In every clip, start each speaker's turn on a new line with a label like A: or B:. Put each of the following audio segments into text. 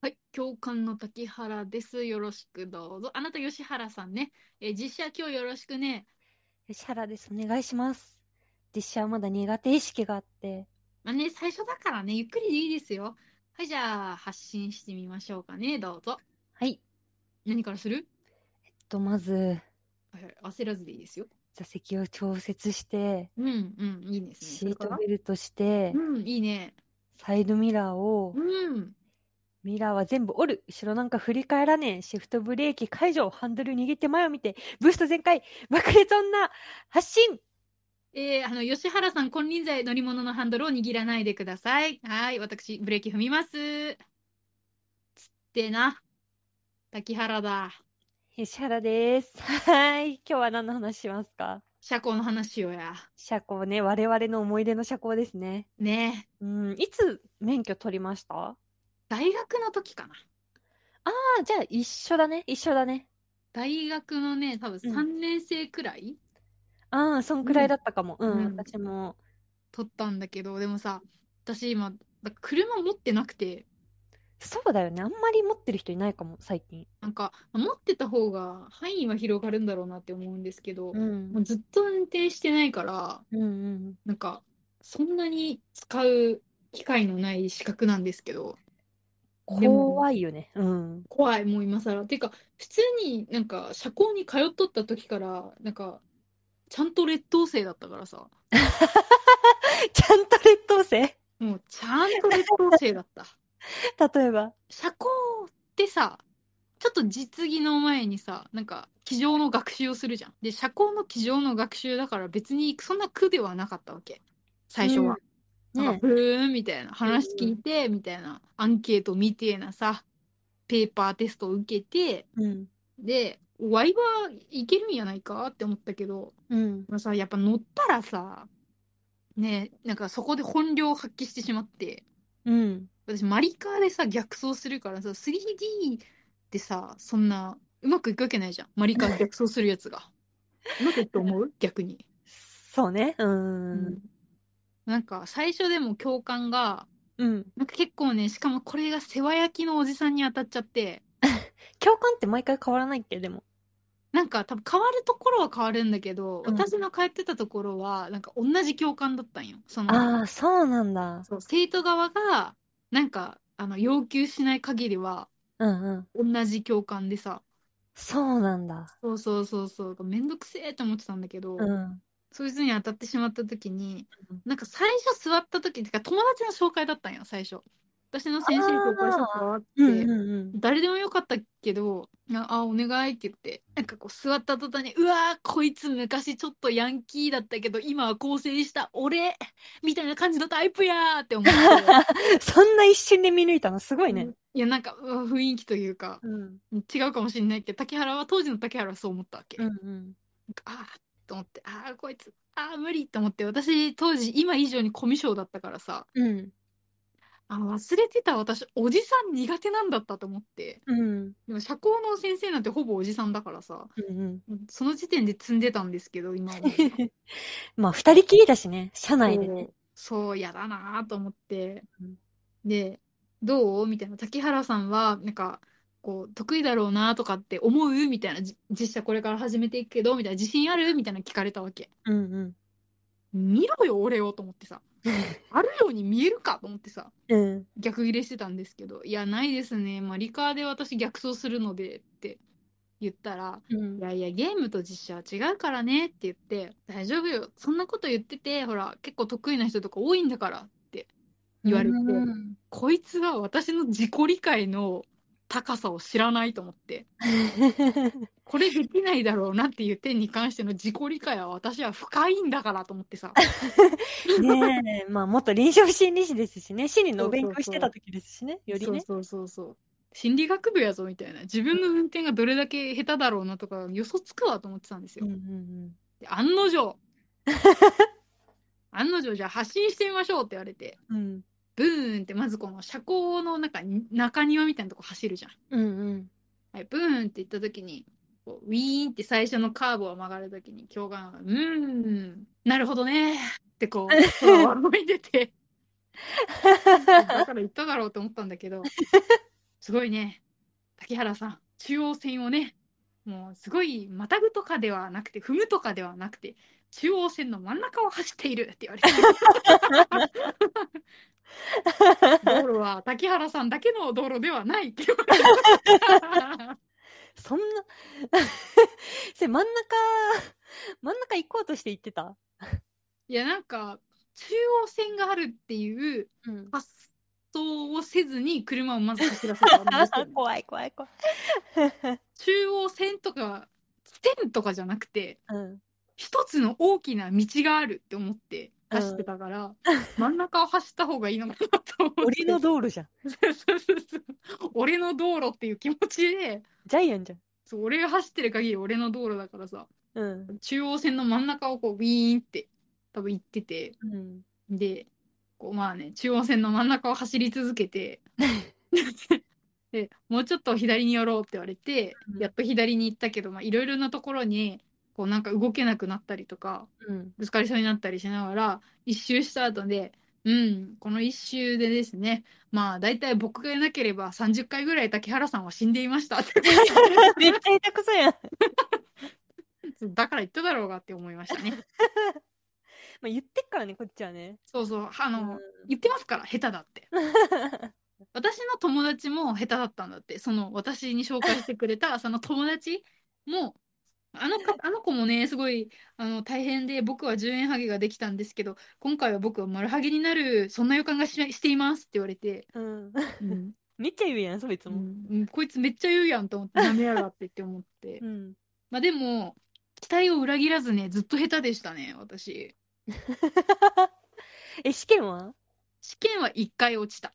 A: はい、教官の滝原です。よろしくどうぞ。あなた吉原さんね。えー実写今日よろしくね。
B: 吉原です。お願いします。実写はまだ苦手意識があって。
A: まあね、最初だからね、ゆっくりでいいですよ。はい、じゃあ発信してみましょうかね。どうぞ。
B: はい。
A: 何からする？
B: えっと、まず、
A: はいはい、焦らずでいいですよ。
B: 座席を調節して、
A: うんうん、いいですね。そ
B: シー
A: れ
B: ト
A: から
B: ベルトして、
A: うん、いいね。
B: サイドミラーを、
A: うん。
B: ミラーは全部折る。後ろなんか振り返らねえ。シフトブレーキ解除。ハンドル握って前を見て。ブースト全開。爆裂女。発進。
A: えー、あの、吉原さん、金輪際乗り物のハンドルを握らないでください。はい、私、ブレーキ踏みます。つってな。滝原だ。
B: 吉原です。はい。今日は何の話しますか
A: 車交の話をや。
B: 車高ね。我々の思い出の車高ですね。
A: ねえ
B: うん。いつ免許取りましたあ
A: 大学の時かな。
B: あ、じゃあ一緒だね。一緒だね。
A: 大学のね、多分
B: うん
A: 3年生くらい
B: ああ、そんくらいだったかも。うん、
A: うん
B: 私も。
A: 取ったんだけど、でもさ、私今、だ車持ってなくて、
B: そうだよね。あんまり持ってる人いないかも、最近。
A: なんか、持ってた方が範囲は広がるんだろうなって思うんですけど、
B: ん
A: もうずっと運転してないから、
B: うんうん。
A: なんか、そんなに使う機会のない資格なんですけど、でも
B: 怖いよね。うん。
A: 怖い、もう今更。ていうか、普通になんか、社交に通っとった時から、なんか、ちゃんと劣等生だったからさ、
B: ちゃんと劣等生例
A: もう、ちゃんと劣等生だった。
B: えば。
A: 社交ってさ、ちょっと実技の前にさ、なんか、机上の学習をするじゃん。で、社交の机上の学習だから別にそんな苦ではなかったわけ。最初は。なんか
B: ね
A: ブーンみたいな話聞いてみたいなアンケートみてえなさペーパーテストを受けて
B: うん。
A: でワイバーいけるんやないかって思ったけど
B: うん。
A: まあさやっぱ乗ったらさねえなんかそこで本領を発揮してしまって
B: うん。
A: 私マリカーでさ逆走するからさ 3D ってさそんなうまくいくわけないじゃんマリカーで逆走するやつがうまくいくと思う逆に。
B: そうね。うん。
A: なんか最初でも教官が
B: うん。
A: なんか結構ね、しかもこれが世話焼きのおじさんに当たっちゃって、
B: 教官って毎回変わらないっけでも。
A: なんか多分変わるところは変わるんだけど、
B: うん
A: 私の通ってたところは、なんか同じ教官だったんよ。その、
B: ああ、そうなんだ。
A: そう生徒側が、なんか、あの、要求しない限りは、
B: うんうん。
A: 同じ教官でさ、
B: そうなんだ。
A: そうそうそうそう、めんどくせえと思ってたんだけど、
B: うん。
A: そいつに当たってしまった時に
B: うん、
A: なんか最初座った時、てか友達の紹介だったんよ、最初。私の先生に紹介したからって、
B: うんうんうん。
A: 誰でもよかったけど、なあ、お願いって言って、なんかこう座った途端に、うわー、こいつ昔ちょっとヤンキーだったけど、今は更生した俺みたいな感じのタイプやーって思って。
B: そんな一瞬で見抜いたのすご いね。
A: いや、なんか、うわ雰囲気というか、
B: うん。
A: 違うかもしれないけど、竹原は、当時の竹原はそう思ったわけ。
B: う
A: なんんか
B: うん。
A: あーと思って、あー、こいつ、あー、無理と思って、私、当時、今以上にコミュ障だったからさ、
B: うん。
A: あ、忘れてた私、おじさん苦手なんだったと思って、
B: うん。
A: でも社交の先生なんてほぼおじさんだからさ、
B: うんうん。
A: その時点で積んでたんですけど、 今は。
B: まあ、二人きりだしね、社内でね。
A: そう、やだなと思って
B: うん。
A: で、どうみたいな。滝原さんは、なんか、こう、得意だろうなとかって思うみたいな。じ実写これから始めていくけど、みたいな。自信あるみたいな聞かれたわけ。
B: うんうん。
A: 見ろよ、俺をと思って さ。あるように見えるかと思ってさ。
B: うん。
A: 逆ギレしてたんですけど、いや、ないですね。まあ、理科で私逆走するのでって言ったら、
B: うん
A: い やいや、ゲームと実写は違うからねって言って、大丈夫よ。そんなこと言ってて、ほら、結構得意な人とか多いんだからって言われて、
B: うん
A: こいつは私の自己理解の高さを知らないと思って、これできないだろうなっていう点に関しての自己理解は私は深いんだからと思ってさ、
B: ねえ、まあ、元臨床心理士ですしね、心理のお勉強してた時ですしね、よりね。
A: そうそうそうそう。心理学部やぞみたいな。自分の運転がどれだけ下手だろうなとか予想つくわと思ってたんですよ
B: うん。うん
A: で案の定。 案の定じゃあ発信してみましょうって言われて。
B: うん。うん。
A: ブーンってまずこの車高の中に中庭みたいなとこ走るじゃん。
B: うんうん。
A: はい、ブーンって行った時にこうウィーンって最初のカーブを曲がるときに教官が「うーんなるほどね」ってこう 空を歩いてて だから言っただろうと思ったんだけどすごいね竹原さん中央線をねもうすごいまたぐとかではなくて踏むとかではなくて中央線の真ん中を走っているって言われて 道路は竹原さんだけの道路ではないって言われて。
B: そんな、 それ真ん中、真ん中行こうとして行ってた
A: いやなんか中央線があるっていう
B: うん。
A: 発想をせずに車をまず走らせたんですよね
B: 怖い怖い怖い。
A: 中央線とか線とかじゃなくて
B: うん。
A: 一つの大きな道があるって思って走ってたから、真ん中を走った方がいいのかなと思って
B: 俺の道路じゃん。
A: そうそうそう 俺の道路っていう気持ちで
B: ジャイアンじゃん。
A: そう俺が走ってる限り俺の道路だからさ
B: うん。
A: 中央線の真ん中をこうウィーンって多分行ってて。
B: うん。
A: で、こうまあね、中央線の真ん中を走り続け て、で、もうちょっと左に寄ろうって言われて
B: う、ん
A: やっと左に行ったけど、まあいろいろなところに、こうなんか動けなくなったりとか、
B: うん。
A: ぶつかりそうになったりしながら、一周した後で、うん、この一周でですね、まあ大体僕がいなければ30回ぐらい竹原さんは死んでいましたって
B: めっちゃ痛くそやん。ま
A: だから言っただろうがって思いましたね。
B: あ言ってっからね、こっちはね。
A: そうそう、あ
B: う
A: の、
B: ん。
A: 言ってますから、下手だって。私の友達も下手だったんだってその私に紹介してくれた その友達もあのかあの子もねすごいあの大変で僕は10円ハゲができたんですけど今回は僕は丸ハゲになるそんな予感がししていますって言われて、
B: うん。
A: うん
B: めっちゃ言うやん、そういつ
A: う
B: も。
A: んうんこいつめっちゃ言うやんと思 って舐めやがってって思って
B: うん。
A: まあでも期待を裏切らずねずっと下手でしたね私
B: え、試験は
A: 試験は1回落ちた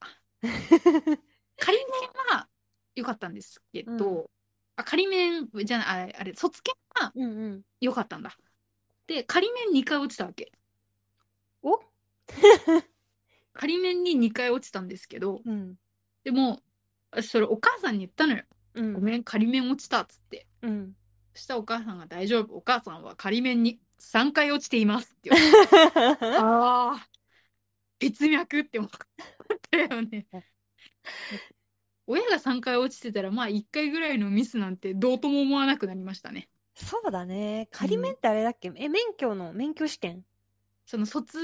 A: 仮面は良かったんですけど、
B: う
A: あ仮面じゃないあれあれ卒検は
B: うんうん。
A: 良かったんだ。で、仮面2回落ちたわけ。
B: お
A: 仮面に2回落ちたんですけど、
B: うん。
A: でも、私それお母さんに言ったのよ。
B: うん。
A: ごめん、仮面落ちたっつって。
B: うん。
A: そしたらお母さんが大丈夫。お母さんは仮面に3回落ちていますって言われて。ああ、別脈って思ったよね。親が3回落ちてたら、まあ1回ぐらいのミスなんてどうとも思わなくなりましたね。
B: そうだね。仮免ってあれだっけ、え、免許の、免許試験
A: その卒、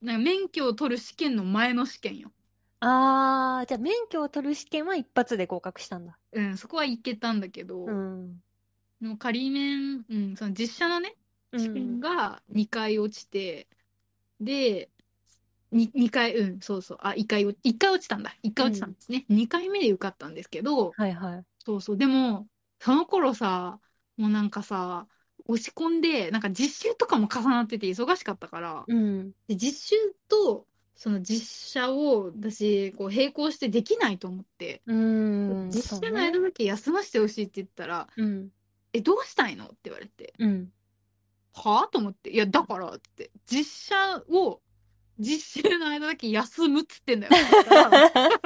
A: なんか免許を取る試験の前の試験よ。
B: あー、じゃあ免許を取る試験は一発で合格したんだ。
A: うん、そこはいけたんだけど、
B: うん。
A: でも仮面、うん、その実写のね、
B: う
A: 試験
B: ん。
A: が2回落ちて、で、に2回、うん、そうそう、あ、1回落、1回落ちたんだ。1回落ちたんですね。2回目で受かったんですけど、
B: はいはい。
A: そうそう、でも、その頃さ、もうなんかさ、押し込んで、なんか実習とかも重なってて忙しかったから、
B: うん。
A: で実習と、その実写を私、こう並行してできないと思って、
B: うん。
A: 実
B: そう
A: 写の間
B: ね。
A: だけ休ませてほしいって言ったら、
B: うん。
A: え、どうしたいのって言われて、
B: うん。
A: はあと思って、いや、だからって、実写を、実習の間だけ休むっつってんだよ。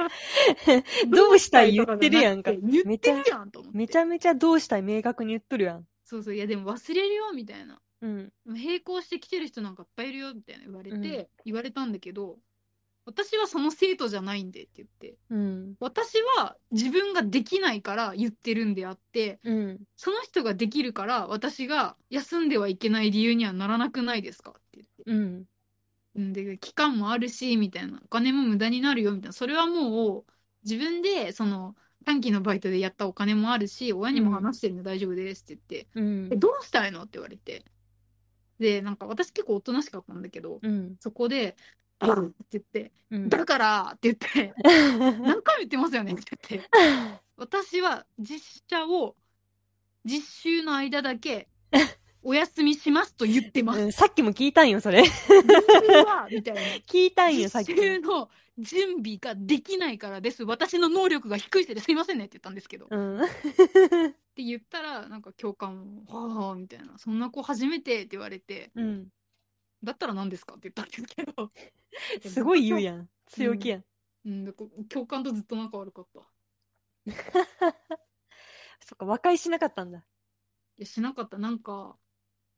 B: どうしたい言ってるやんか
A: どう。したいとかじゃなくて言ってるやんと思って。
B: めちゃめちゃどうしたい明確に言っとるやん。
A: そうそう、いや、でも忘れるよ、みたいな。
B: うん。
A: 並行して来てる人なんかいっぱいいるよ、みたいな言われて、
B: うん
A: 言われたんだけど、私はその生徒じゃないんでって言って、
B: うん。
A: 私は自分ができないから言ってるんであって、
B: うん。
A: その人ができるから私が休んではいけない理由にはならなくないですかって言って。
B: うん。
A: うんで、期間もあるし、みたいな、お金も無駄になるよ、みたいな、それはもう、自分で、その、短期のバイトでやったお金もあるし、親にも話してるんで大丈夫ですって言って、
B: うん
A: え、。どうしたいのって言われて。で、なんか私結構おとなしかったんだけど、
B: うん。
A: そこで、うんって言って、
B: うん。
A: だからって言って、何回も言ってますよねって言って、私は実写を、実習の間だ け、お休みしますと言ってま
B: う
A: す。
B: んさっきも聞いたんよ、それ。
A: 実習は、みたいな。
B: 聞いたんよ、さっき
A: 実。習の準備ができないからです。私の能力が低いせいですいませんねって言ったんですけど。っ
B: うん。
A: て言ったら、なんか教官も、はあ、みたいな。そんな子初めてって言われて、
B: うん。
A: だったら何ですかって言ったんですけど。
B: すごい言う
A: や
B: やん。強気やん。
A: ん。うん、だから教官とずっと仲悪かった。
B: そっか、和解しなかったんだ。
A: ってしなかったなんか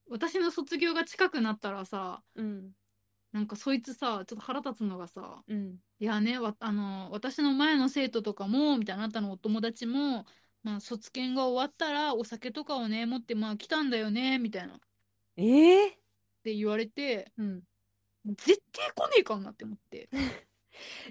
A: 私の卒業が近くなったらさ
B: うん。
A: なんかそいつさちょっと腹立つのがさ
B: うん。
A: いやねわあの私の前の生徒とかもみたいになったのお友達も、まあ、卒検が終わったらお酒とかをね持ってまあ来たんだよねみたいなっ
B: ええ
A: て言われて
B: うん。
A: 絶対来ねえかんなって思って、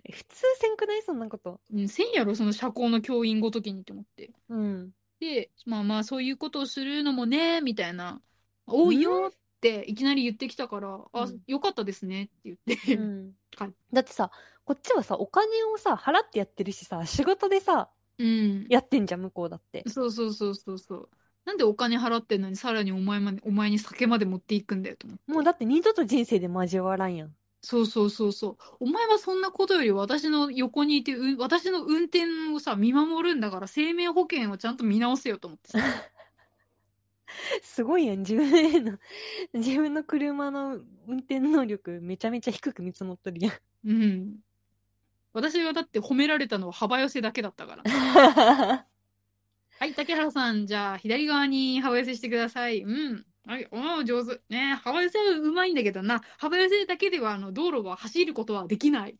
B: え普通せんくないそんなこと。
A: うん、せんやろその社交の教員ごときにって思って
B: うん。
A: でまあまあそういうことをするのもねみたいな多いよっていきなり言ってきたから、あ
B: うん
A: よかったですねって言って、
B: うん
A: はい
B: だってさ、こっちはさ、お金をさ、払ってやってるしさ、仕事でさ、
A: うん
B: やってんじゃん、向こうだって。
A: そうそうそうそうそう。なんでお金払ってんのにさらにお前まで、お前に酒まで持っていくんだよと思って。
B: もうだって二度と人生で交わらんやん。
A: そうそうそうそう。お前はそんなことより私の横にいて、うん私の運転をさ、見守るんだから生命保険をちゃんと見直せよと思ってさ。
B: すごいやん、自分への、 自分の車の運転能力めちゃめちゃ低く見積もっとる やん。
A: うん。私はだって褒められたのは幅寄せだけだったから。はい、竹原さん、じゃあ左側に幅寄せしてください。うん。はい、おお、上手。ね幅寄せはうまいんだけどな。幅寄せだけでは、あの、道路は走ることはできない。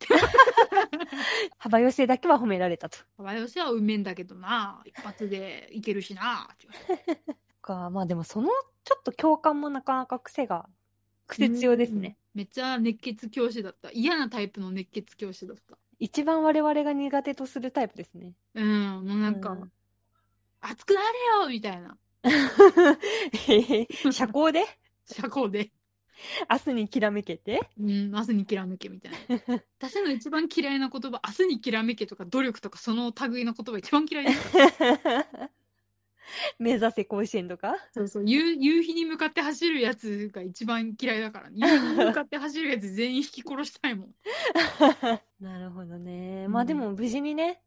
B: 幅寄せだけは褒められたと。
A: 幅寄せはうめんだけどな一発でいけるしなって言われて
B: か、まあでもそのちょっと共感もなかなか癖が、癖強ですね。
A: めっちゃ熱血教師だった嫌なタイプの熱血教師だった
B: 一番我々が苦手とするタイプです ね。
A: うんもうなんか、
B: うん
A: 熱くなれよみたいな
B: へへ社交で
A: 社交で、
B: 明日にきらめけて
A: うん、明日にきらめけみたいな私の一番嫌いな言葉明日にきらめけとか努力とかその類の言葉一番嫌いだった
B: 目指せ甲子園とか
A: そうそう 夕夕日に向かって走るやつが一番嫌いだから、夕日に向かって走るやつ全員引き殺したいもん
B: なるほどね。
A: うん
B: まあでも無事にね、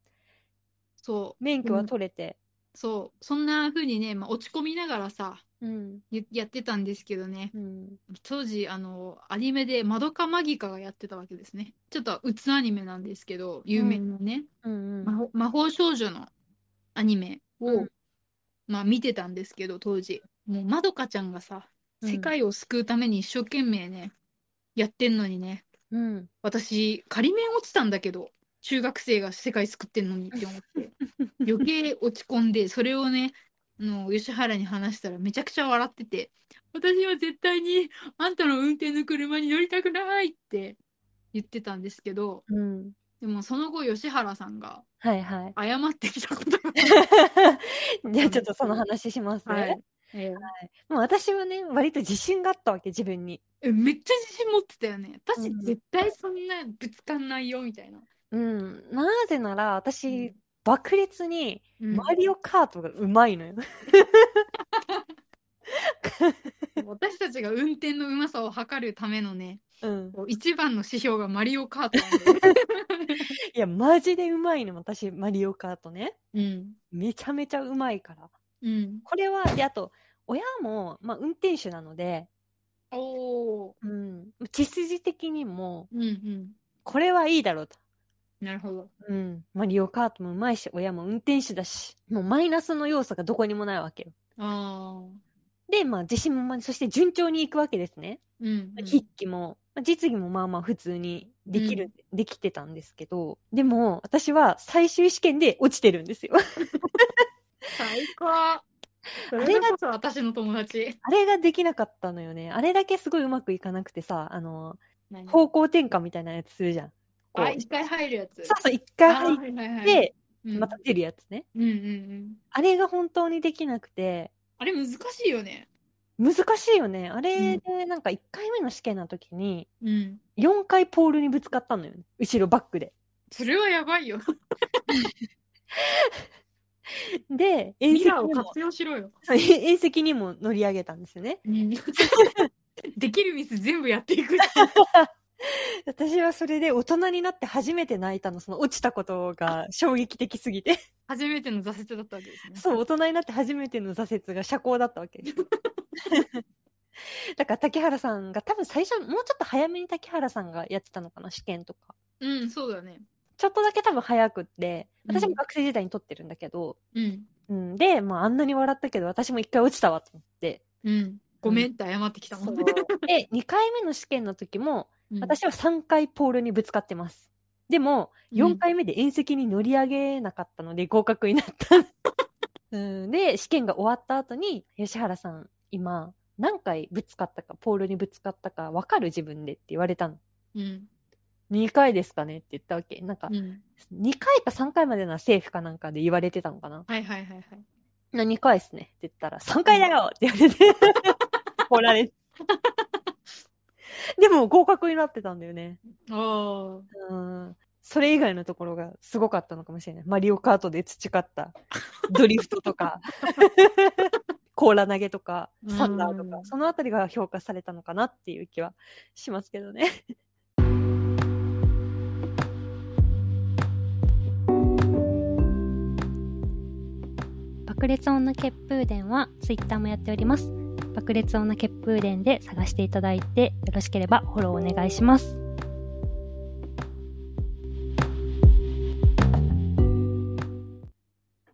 A: そう
B: 免許は取れて。
A: そう、そんな風にね、まあ、落ち込みながらさ、
B: うん。
A: ややってたんですけどね、
B: うん。
A: 当時、あの、アニメで、マドカマギカがやってたわけですね。ちょっと、うつアニメなんですけど、有名なね、
B: うん
A: 魔法魔法少女のアニメを、
B: うん
A: まあ、見てたんですけど、当時。もう、まどかちゃんがさ、
B: うん
A: 世界を救うために一生懸命ね、やってんのにね、
B: うん。
A: 私、仮面落ちたんだけど、中学生が世界救ってんのにって思って。余計落ち込んで、それをね、あの吉原に話したらめちゃくちゃ笑ってて、私は絶対にあんたの運転の車に乗りたくないって言ってたんですけど、
B: うん。
A: でもその後吉原さんが
B: はいはい。
A: 謝ってきたことが、
B: じゃあちょっとその話しますね。
A: はいえ
B: もう私はね、割と自信があったわけ、自分に。
A: えめっちゃ自信持ってたよね。私
B: うん
A: 絶対そんなぶつかんないよみたいな。
B: うん。なぜなら、私、爆裂に、
A: うん
B: マリオカートがうまいのよ。
A: 私たちが運転のうまさを測るためのね、
B: うん。
A: こう一番の指標がマリオカートなんだよ
B: いや、マジでうまいの、私、マリオカートね。
A: うん。
B: めちゃめちゃうまいから。
A: うん。
B: これは、で、あと、親も、まあ、運転手なので、
A: おー。
B: うん。血筋的にも、
A: うんうん。
B: これはいいだろうと。
A: なるほど。
B: うん。マリオカートもうまいし、親も運転手だし、もうマイナスの要素がどこにもないわけよ。
A: ああ。
B: で、まあ、自信もまそして順調にいくわけですね。
A: うん、うん。
B: 筆記も、まあ実技もまあまあ普通にできる、できてたんですけど、でも、私は最終試験で落ちてるん ですよ。
A: 最高。そ
B: れが
A: れこそ私の友達。
B: あれができなかったのよね。あれだけすごいうまくいかなくてさ、あの、方向転換みたいなやつするじゃん。こう
A: あ、一回入るやつ。
B: そうそう、一回
A: あ
B: 入っ
A: はいはいはい、
B: て、
A: うん、
B: また出るやつね。
A: うんうんうん。
B: あれが本当にできなくて、
A: あれ難しいよね。
B: 難しいよね。あれで、なんか1回目の試験の時に、
A: うん。
B: 4回ポールにぶつかったのよね。後ろバックで。
A: それはやばいよ。
B: で、遠
A: ミ
B: 石に
A: ラーを
B: も、
A: 活用しろよ。
B: そう遠石にも乗り上げたんですよね。
A: うん、 できるミス全部やって いく。
B: 私はそれで大人になって初めて泣いたの、その落ちたことが衝撃的す ぎて。
A: 初めての挫折だったわけですね。
B: そう、大人になって初めての挫折が社交だっ たわけです。だから竹原さんが多分最初、もうちょっと早めに竹原さんがやってたのかな、試験とか。
A: うん、そうだね。
B: ちょっとだけ多分早くって、
A: うん
B: 私も学生時代に取ってるんだけど、
A: うん。
B: うん、で、まあ、あんなに笑ったけど、私も一回落ちたわと思って。
A: うん。ごめんって謝ってきたも
B: そ
A: ん
B: う
A: ね。
B: で、2回目の試験の時も、
A: うん
B: 私は3回ポールにぶつかってます。でも、
A: うん
B: 4回目で縁石に乗り上げなかったので合格になった。 うん、で、試験が終わった後に、吉原さん、今、何回ぶつかったか、ポールにぶつかったか分かる自分でって言われたの。
A: うん。
B: 2回ですかねって言ったわけ。なんか、
A: うん。
B: 2回か3回までならセーフかなんかで言われてたのかな。
A: はいはいはいはい。
B: な2回ですねって言ったら、3回だよって言われて、 怒られて。 でも合格になってたんだよね。
A: ああ。
B: うん。それ以外のところがすごかったのかもしれない。マリオカートで 培ったドリフトとか、コーラ投げとか、サンダーと
A: う
B: か、
A: ん
B: そのあたりが評価されたのかなっていう気はしますけどね。
C: 爆裂女血風伝はツイッターもやっております爆裂女血風伝で探していただいてよろしければフォローお願いします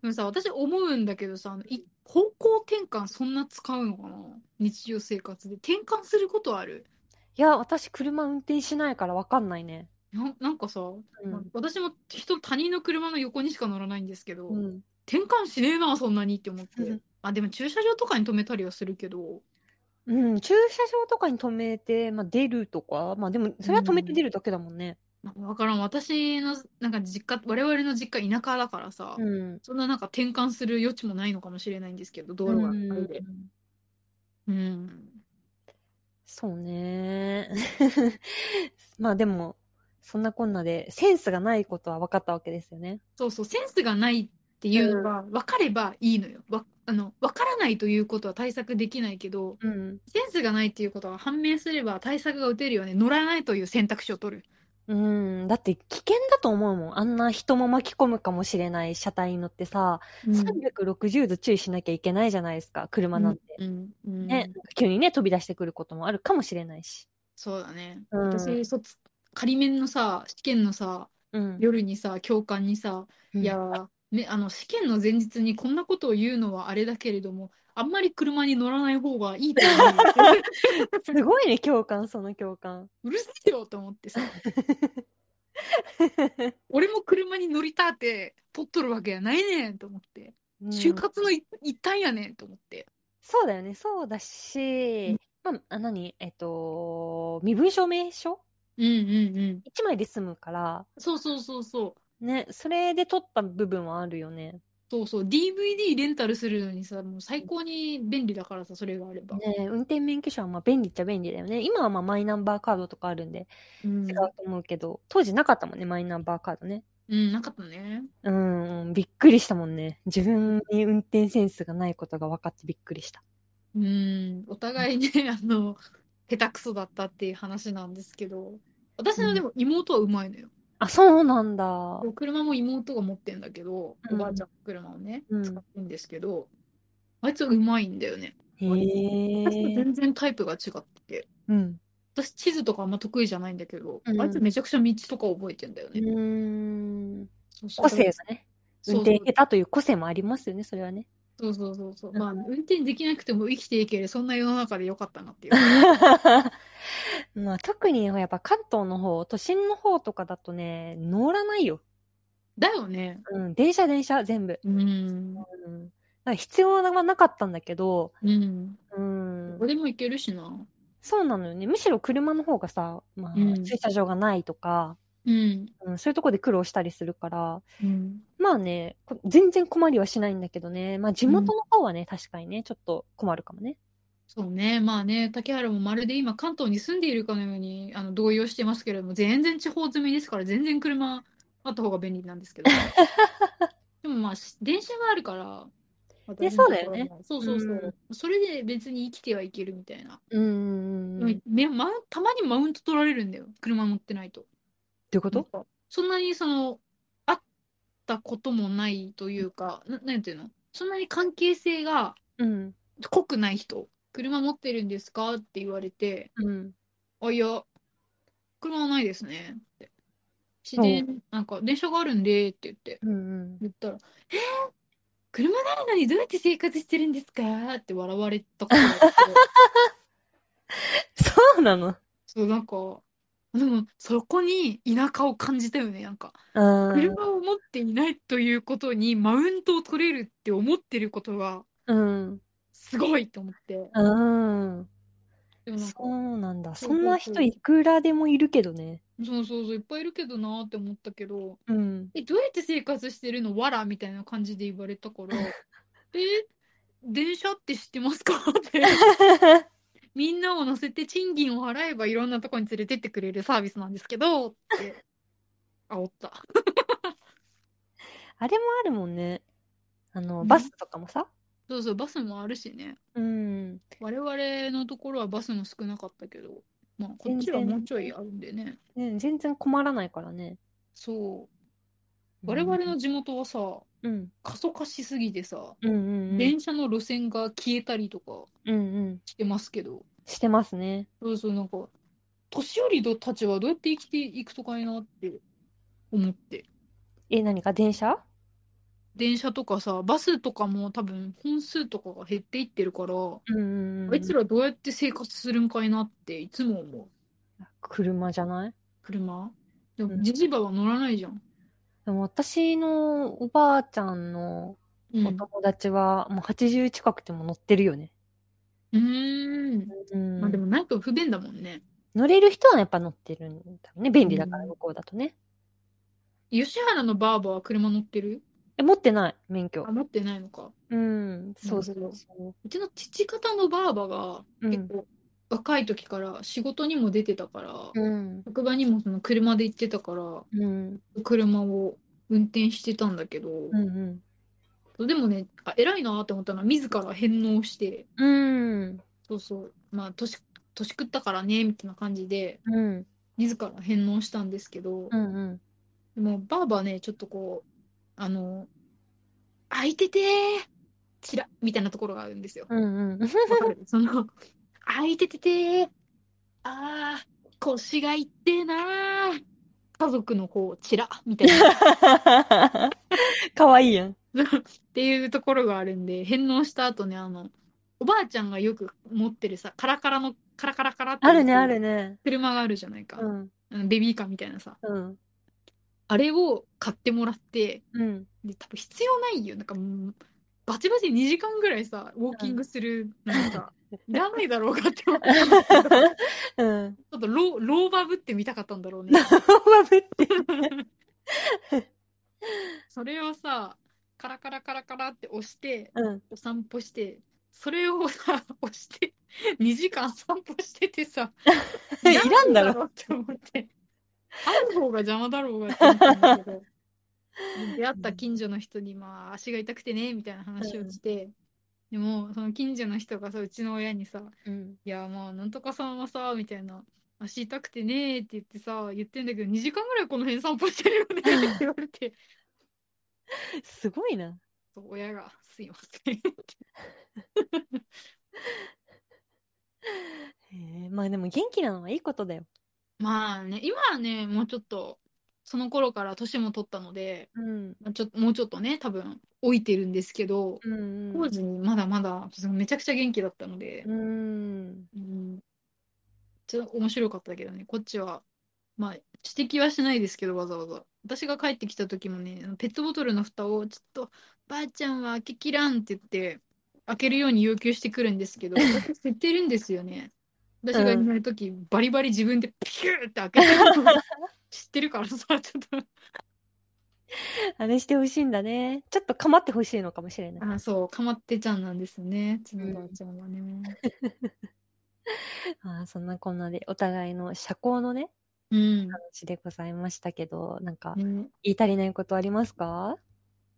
A: でもさ、私思うんだけどさ、あのい方向転換そんな使うのかな日常生活で。転換することある
B: いや、私車運転しないからわかんないね。
A: ななんかさ、まあ私も人他人の車の横にしか乗らないんですけど、
B: うん。
A: 転換しねえなそんなにって思っ
B: う
A: て
B: ん
A: あでも駐車場とかに止めたりはするけど
B: うん、駐車場とかに止めて、まあ、出るとか、まあでも、それは止めて出るだけだもんね。
A: なんか分からん私のなんか実家我々の実家田舎だからさ、
B: うん。
A: そんななんか転換する余地もないのかもしれないんですけど道路がいっぱいで
B: う
A: う
B: ん
A: ん
B: そうね。 まあでも、そんなこんなで、センスがないことは分かったわけですよね。
A: そうそうセンスがないっていうのが分かればいいのよわあの分からないということは対策できないけど
B: うん。
A: センスがないっていうことは判明すれば対策が打てるよね乗らないという選択肢を取る
B: うん、だって危険だと思うもん。あんな人も巻き込むかもしれない車体に乗ってさ、360度注意しなきゃいけないじゃないですか、車なんて。
A: うんうん
B: ね、急にね、飛び出してくることもあるかもしれないし。
A: そうだね
B: うん
A: 私卒仮面のさ試験のさ
B: うん。
A: 夜にさ教官にさ、いやーね、あの試験の前日にこんなことを言うのはあれだけれどもあんまり車に乗らない方がいいと思 うよ
B: すごいね、共感、その共感。
A: うるせえよと思ってさ俺も車に乗りたって取っとるわけやないねんと思って
B: うん
A: 就活のい一端やねんと思って
B: そうだよね、そうだし、まあ、あ何えっと、身分証明書
A: うんうんうん
B: 一枚で済むから、
A: そうそうそうそう
B: ね、それで取った部分はあるよね。
A: そうそう DVD レンタルするのにさもう最高に便利だからさそれがあれば、
B: ね、運転免許証はまあ便利っちゃ便利だよね。今はまあマイナンバーカードとかあるんで
A: うん
B: 違うと思うけど、当時なかったもんね、マイナンバーカードね。
A: うんなかったね
B: うん、びっくりしたもんね。自分に運転センスがないことが分かってびっくりした。
A: うん、お互いね、あの、下手くそだったっていう話なんですけど、私のでも妹はうまいのよ。
B: あ、そうなんだ。
A: 車も妹が持ってんだけど、
B: うん
A: おばあちゃんの車をね
B: う、ん
A: 使ってんですけど、あいつはうまいんだよね。
B: へ
A: 私と
B: え。
A: 全然タイプが違ってて、
B: うん。
A: 私地図とかあんま得意じゃないんだけど、
B: うん
A: あいつめちゃくちゃ道とか覚えてんだよ
B: う
A: ね。
B: ん。
A: そうそう
B: 個性がね。
A: そう
B: 運
A: そう
B: 転下手という個性もありますよね、それはね。
A: そうそうそうそう。まあ、運転できなくても生きていける、そんな世の中でよかったなっていう。
B: まあ、特にやっぱ関東の方、都心の方とかだとね、乗らないよ。
A: だよね。
B: うん、電車、電車、全部。
A: うん。
B: うん、だから必要はなかったんだけど、
A: うん。
B: うん
A: どこ、でも行けるしな。
B: そうなのよね。むしろ車の方がさ、まあ、
A: うん
B: 駐車場がないとか、
A: うん。
B: うん、そういうとこで苦労したりするから、
A: うん。
B: まあね、こ全然困りはしないんだけどね、まあ地元の方はね、確かにね、ちょっと困るかもね。
A: そうね、まあね、竹原もまるで今、関東に住んでいるかのようにあの動揺してますけれども、全然地方住みですから、全然車あった方が便利なん ですけど、でもまあ、し電車があるから、
B: で
A: 私の
B: そうだよね
A: ところもそうそうそう、それで別に生きてはいけるみたいな、
B: うんうんうん。
A: でもめマウンたまにマウント取られるんだよ、車乗ってないと。
B: どういうこと
A: なんかそんなにその会ったこともないというか、ななんていうの、そんなに関係性が
B: うん。
A: 濃くない人、車持ってるんですかって言われて、
B: うん。
A: あ、いや、車はないですね。って。自然、なんか、電車があるんで、って言って、
B: うんうん。
A: 言ったら、えー、車ないのにどうやって生活してるんですかって笑われたことがあって
B: そうなの
A: そうなんかでもそこに田舎を感じたよねなんか
B: うん。
A: 車を持っていないということにマウントを取れるって思ってることが
B: うん。
A: すごいと思って
B: うん。
A: でもなんか
B: そうなんだ。
A: そう
B: そんな
A: そう
B: 人
A: そう
B: いくらでもいるけどね。
A: そうそうそういっぱいいるけどなーって思ったけど
B: うん。
A: えどうやって生活してるのわらみたいな感じで言われたから え電車って知ってますかって みんなを乗せて賃金を払えばいろんなとこに連れてってくれるサービスなんですけどって煽った
B: あれもあるもんね。あの、
A: うん
B: バスとかもさ。
A: そうそうバスもあるしね
B: うん。
A: 我々のところはバスも少なかったけどまあこっちは
B: 全然
A: もうちょいあるんでね
B: ね、全然困らないからね。
A: そう我々の地元はさ
B: うん。
A: 過疎化しすぎてさ
B: うんうんうん。
A: 電車の路線が消えたりとか
B: うんうん。
A: してますけど
B: してますね。
A: そうそうなんか年寄りたちはどうやって生きていくとかいなって思って
B: え、何か電車
A: 電車とかさバスとかも多分本数とかが減っていってるから
B: うんうんうん。
A: あいつらどうやって生活するんかいなっていつも思う
B: 車じゃない
A: 車で
B: う
A: も
B: ん
A: じじばは乗らないじゃん、
B: でも私のおばあちゃんの
A: うん、
B: お友達はもう80近くても乗ってるよね。
A: うーん
B: うん。
A: まあでもなんか不便だもんね
B: 乗れる人はやっぱ乗ってるんだよね。便利だから、
A: うん
B: 向こうだとね。
A: 吉原のバーバーは車乗ってる
B: え、持ってない、免許
A: あ。持ってないのか
B: うん。そうそう
A: なるほ
B: そう
A: ちの父方のバーバが
B: う
A: 結
B: ん。
A: 構若い時から仕事にも出てたから、
B: うん。
A: 職場にもその車で行ってたから
B: うん。
A: 車を運転してたんだけど、
B: うん。
A: でもねあ偉いなって思ったのは自ら返納して
B: うん。
A: そうそうまあ年年食ったからねみたいな感じで
B: うん。
A: 自ら返納したんですけど、
B: うん。うん。
A: でもばあばねちょっとこうあの「空いててーちら」みたいなところがあるんです よ。
B: うん。うん。
A: わかるその「空いてててーあー腰がいってーなー家族のこうちら」みたいな。
B: かわいいやん。
A: っていうところがあるんで返納した後ねあのおばあちゃんがよく持ってるさカラカラのカラカラカラって
B: あるね、ある
A: ね
B: ね。
A: 車があるじゃないか、
B: うん。
A: あのベビーカーみたいなさ
B: うん。
A: あれを買ってもらって
B: うん。
A: で多分必要ないよなんかもうバチバチ2時間ぐらいさウォーキングするなんか、いらないだろうかって思ってち
B: うん。
A: ょっとローローバブってみたかったんだろ うね
B: って。
A: それをさカラカラカラカラって押して
B: うん。
A: お散歩してそれをさ押して2時間散歩しててさ
B: いらんだろ
A: いろって思ってある方が邪魔だろうがって思ったんだけど 出会った近所の人にまあ足が痛くてねみたいな話をして、でもその近所の人がさうちの親にさ「
B: うん。
A: いやまあなんとかさんはさ」みたいな「足痛くてね」って言ってさ言ってんだけど2時間ぐらいこの辺散歩してるよねって 言われて
B: すごいな。
A: そう親が「すいません」
B: へえまあでも元気なのはいいことだよ。
A: まあね、今はね、もうちょっと、その頃から年も取ったので、
B: うん。
A: まあちょ、もうちょっとね、多分老いてるんですけど、
B: うん
A: 当時にまだまだそのめちゃくちゃ元気だったので、
B: うん。
A: うん、ちょっと面白かったけどね、こっちは、まあ、指摘はしないですけど、わざわざ。私が帰ってきた時もね、ペットボトルの蓋を、ちょっと、ばあちゃんは開けきらんって言って、開けるように要求してくるんです けど、私捨てるんですよね。私がいない時、バリバリ自分でピューって開け てるの知ってるからさ、ちょっと。
B: あれしてほしいんだね。ちょっと構ってほしいのかもしれない。
A: あ、そう、かまってちゃんなんですね、うち
B: う
A: の
B: ん
A: ばあちゃんはね。
B: あーそんなこんなで、お互いの社交のね、
A: うん。
B: 話でございましたけど、なんか、
A: ね
B: 言い足りないことありますか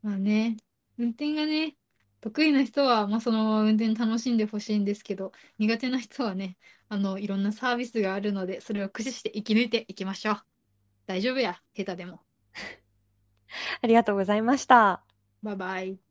A: まあね、運転がね、得意な人は、まあ、そのまま運転楽しんでほしいんですけど、苦手な人はね、あの、いろんなサービスがあるので、それを駆使して生き抜いていきましょう。大丈夫や、下手でも。
B: ありがとうございました。
A: バイバイ。